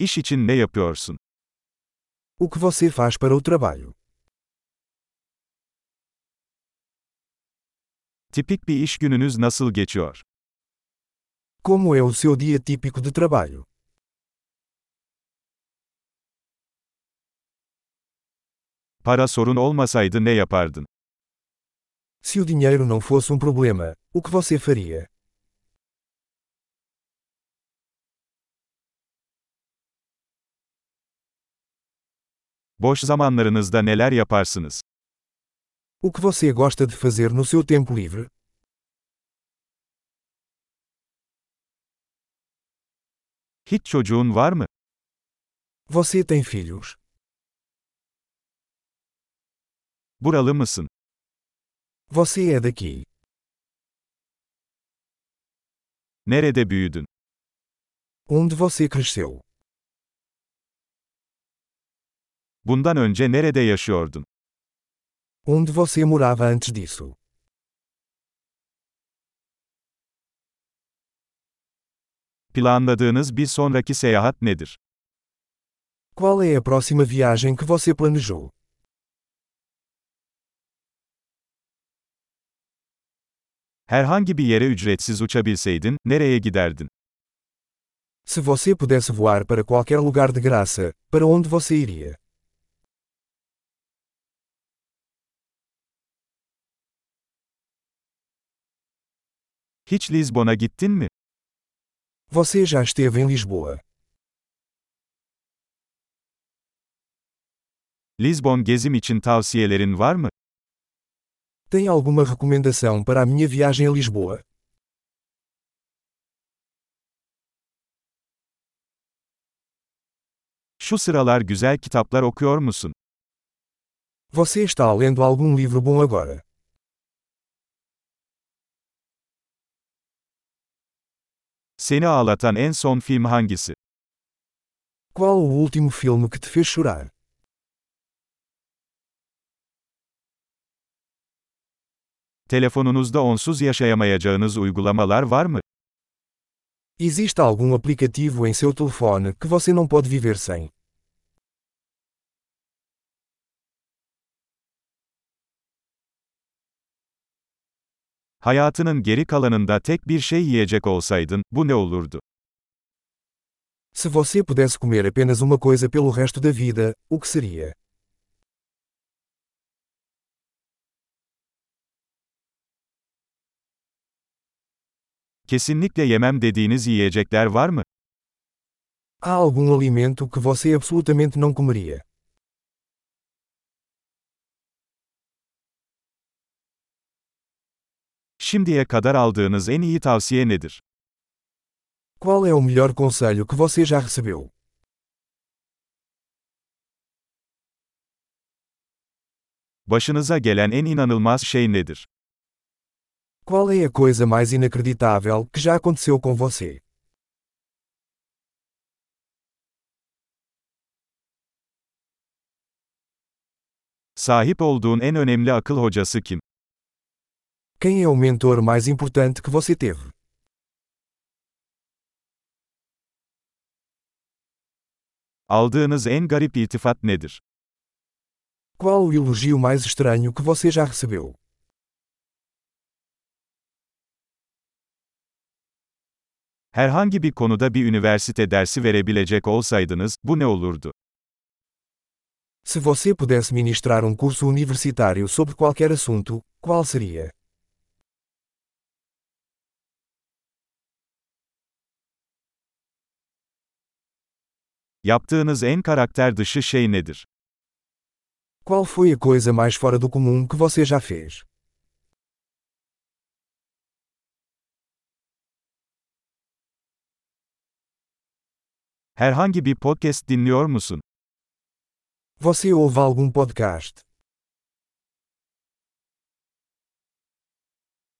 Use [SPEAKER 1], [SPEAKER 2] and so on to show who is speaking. [SPEAKER 1] İş için ne yapıyorsun?
[SPEAKER 2] O que você faz para o trabalho?
[SPEAKER 1] Tipik bir iş gününüz nasıl geçiyor?
[SPEAKER 2] Como é o seu dia típico de trabalho?
[SPEAKER 1] Para sorun olmasaydı ne yapardın?
[SPEAKER 2] Se o dinheiro não fosse um problema, o que você faria?
[SPEAKER 1] Boş zamanlarınızda neler yaparsınız?
[SPEAKER 2] O que você gosta de fazer no seu tempo livre?
[SPEAKER 1] Hiç çocuğun var mı?
[SPEAKER 2] Você tem filhos?
[SPEAKER 1] Buralı mısın?
[SPEAKER 2] Você é daqui?
[SPEAKER 1] Nerede büyüdün?
[SPEAKER 2] Onde você cresceu?
[SPEAKER 1] Bundan önce nerede yaşıyordun?
[SPEAKER 2] Onde você morava antes disso?
[SPEAKER 1] Planladığınız bir sonraki seyahat nedir?
[SPEAKER 2] Qual é a próxima viagem que você planejou?
[SPEAKER 1] Herhangi bir yere ücretsiz uçabilseydin, nereye giderdin?
[SPEAKER 2] Se você pudesse voar para qualquer lugar de graça, para onde você iria?
[SPEAKER 1] Hiç Lisbon'a gittin mi?
[SPEAKER 2] Você já esteve em Lisboa?
[SPEAKER 1] Lisbon gezim için tavsiyelerin var mı?
[SPEAKER 2] Tem alguma recomendação para a minha viagem a Lisboa?
[SPEAKER 1] Şu sıralar güzel kitaplar okuyor musun?
[SPEAKER 2] Você está lendo algum livro bom agora?
[SPEAKER 1] Seni ağlatan en son film hangisi?
[SPEAKER 2] Qual o último filme que te fez chorar?
[SPEAKER 1] Telefonunuzda onsuz yaşayamayacağınız uygulamalar var mı?
[SPEAKER 2] Existe algum aplicativo em seu telefone que você não pode viver sem?
[SPEAKER 1] Hayatının geri kalanında tek bir şey yiyecek olsaydın, bu ne olurdu?
[SPEAKER 2] Se você pudesse comer apenas uma coisa pelo resto da vida, o que seria?
[SPEAKER 1] Kesinlikle yemem dediğiniz yiyecekler var mı?
[SPEAKER 2] Há algum alimento que você absolutamente não comeria?
[SPEAKER 1] Şimdiye kadar aldığınız en iyi tavsiye nedir?
[SPEAKER 2] Qual é o melhor conselho que você já recebeu?
[SPEAKER 1] Başınıza gelen en inanılmaz şey nedir?
[SPEAKER 2] Qual é a coisa mais inacreditável que já aconteceu com você?
[SPEAKER 1] Sahip olduğun en önemli akıl hocası kim?
[SPEAKER 2] Quem é o mentor mais importante que você teve?
[SPEAKER 1] Aldığınız en garip iltifat nedir?
[SPEAKER 2] Qual o elogio mais estranho que você já recebeu?
[SPEAKER 1] Herhangi bir konuda bir üniversite dersi verebilecek olsaydınız, bu ne olurdu?
[SPEAKER 2] Se você pudesse ministrar um curso universitário sobre qualquer assunto, qual seria?
[SPEAKER 1] Yaptığınız en karakter dışı şey nedir?
[SPEAKER 2] Qual foi a coisa mais fora do comum que você já fez?
[SPEAKER 1] Herhangi bir podcast dinliyor musun?
[SPEAKER 2] Você ouve algum podcast?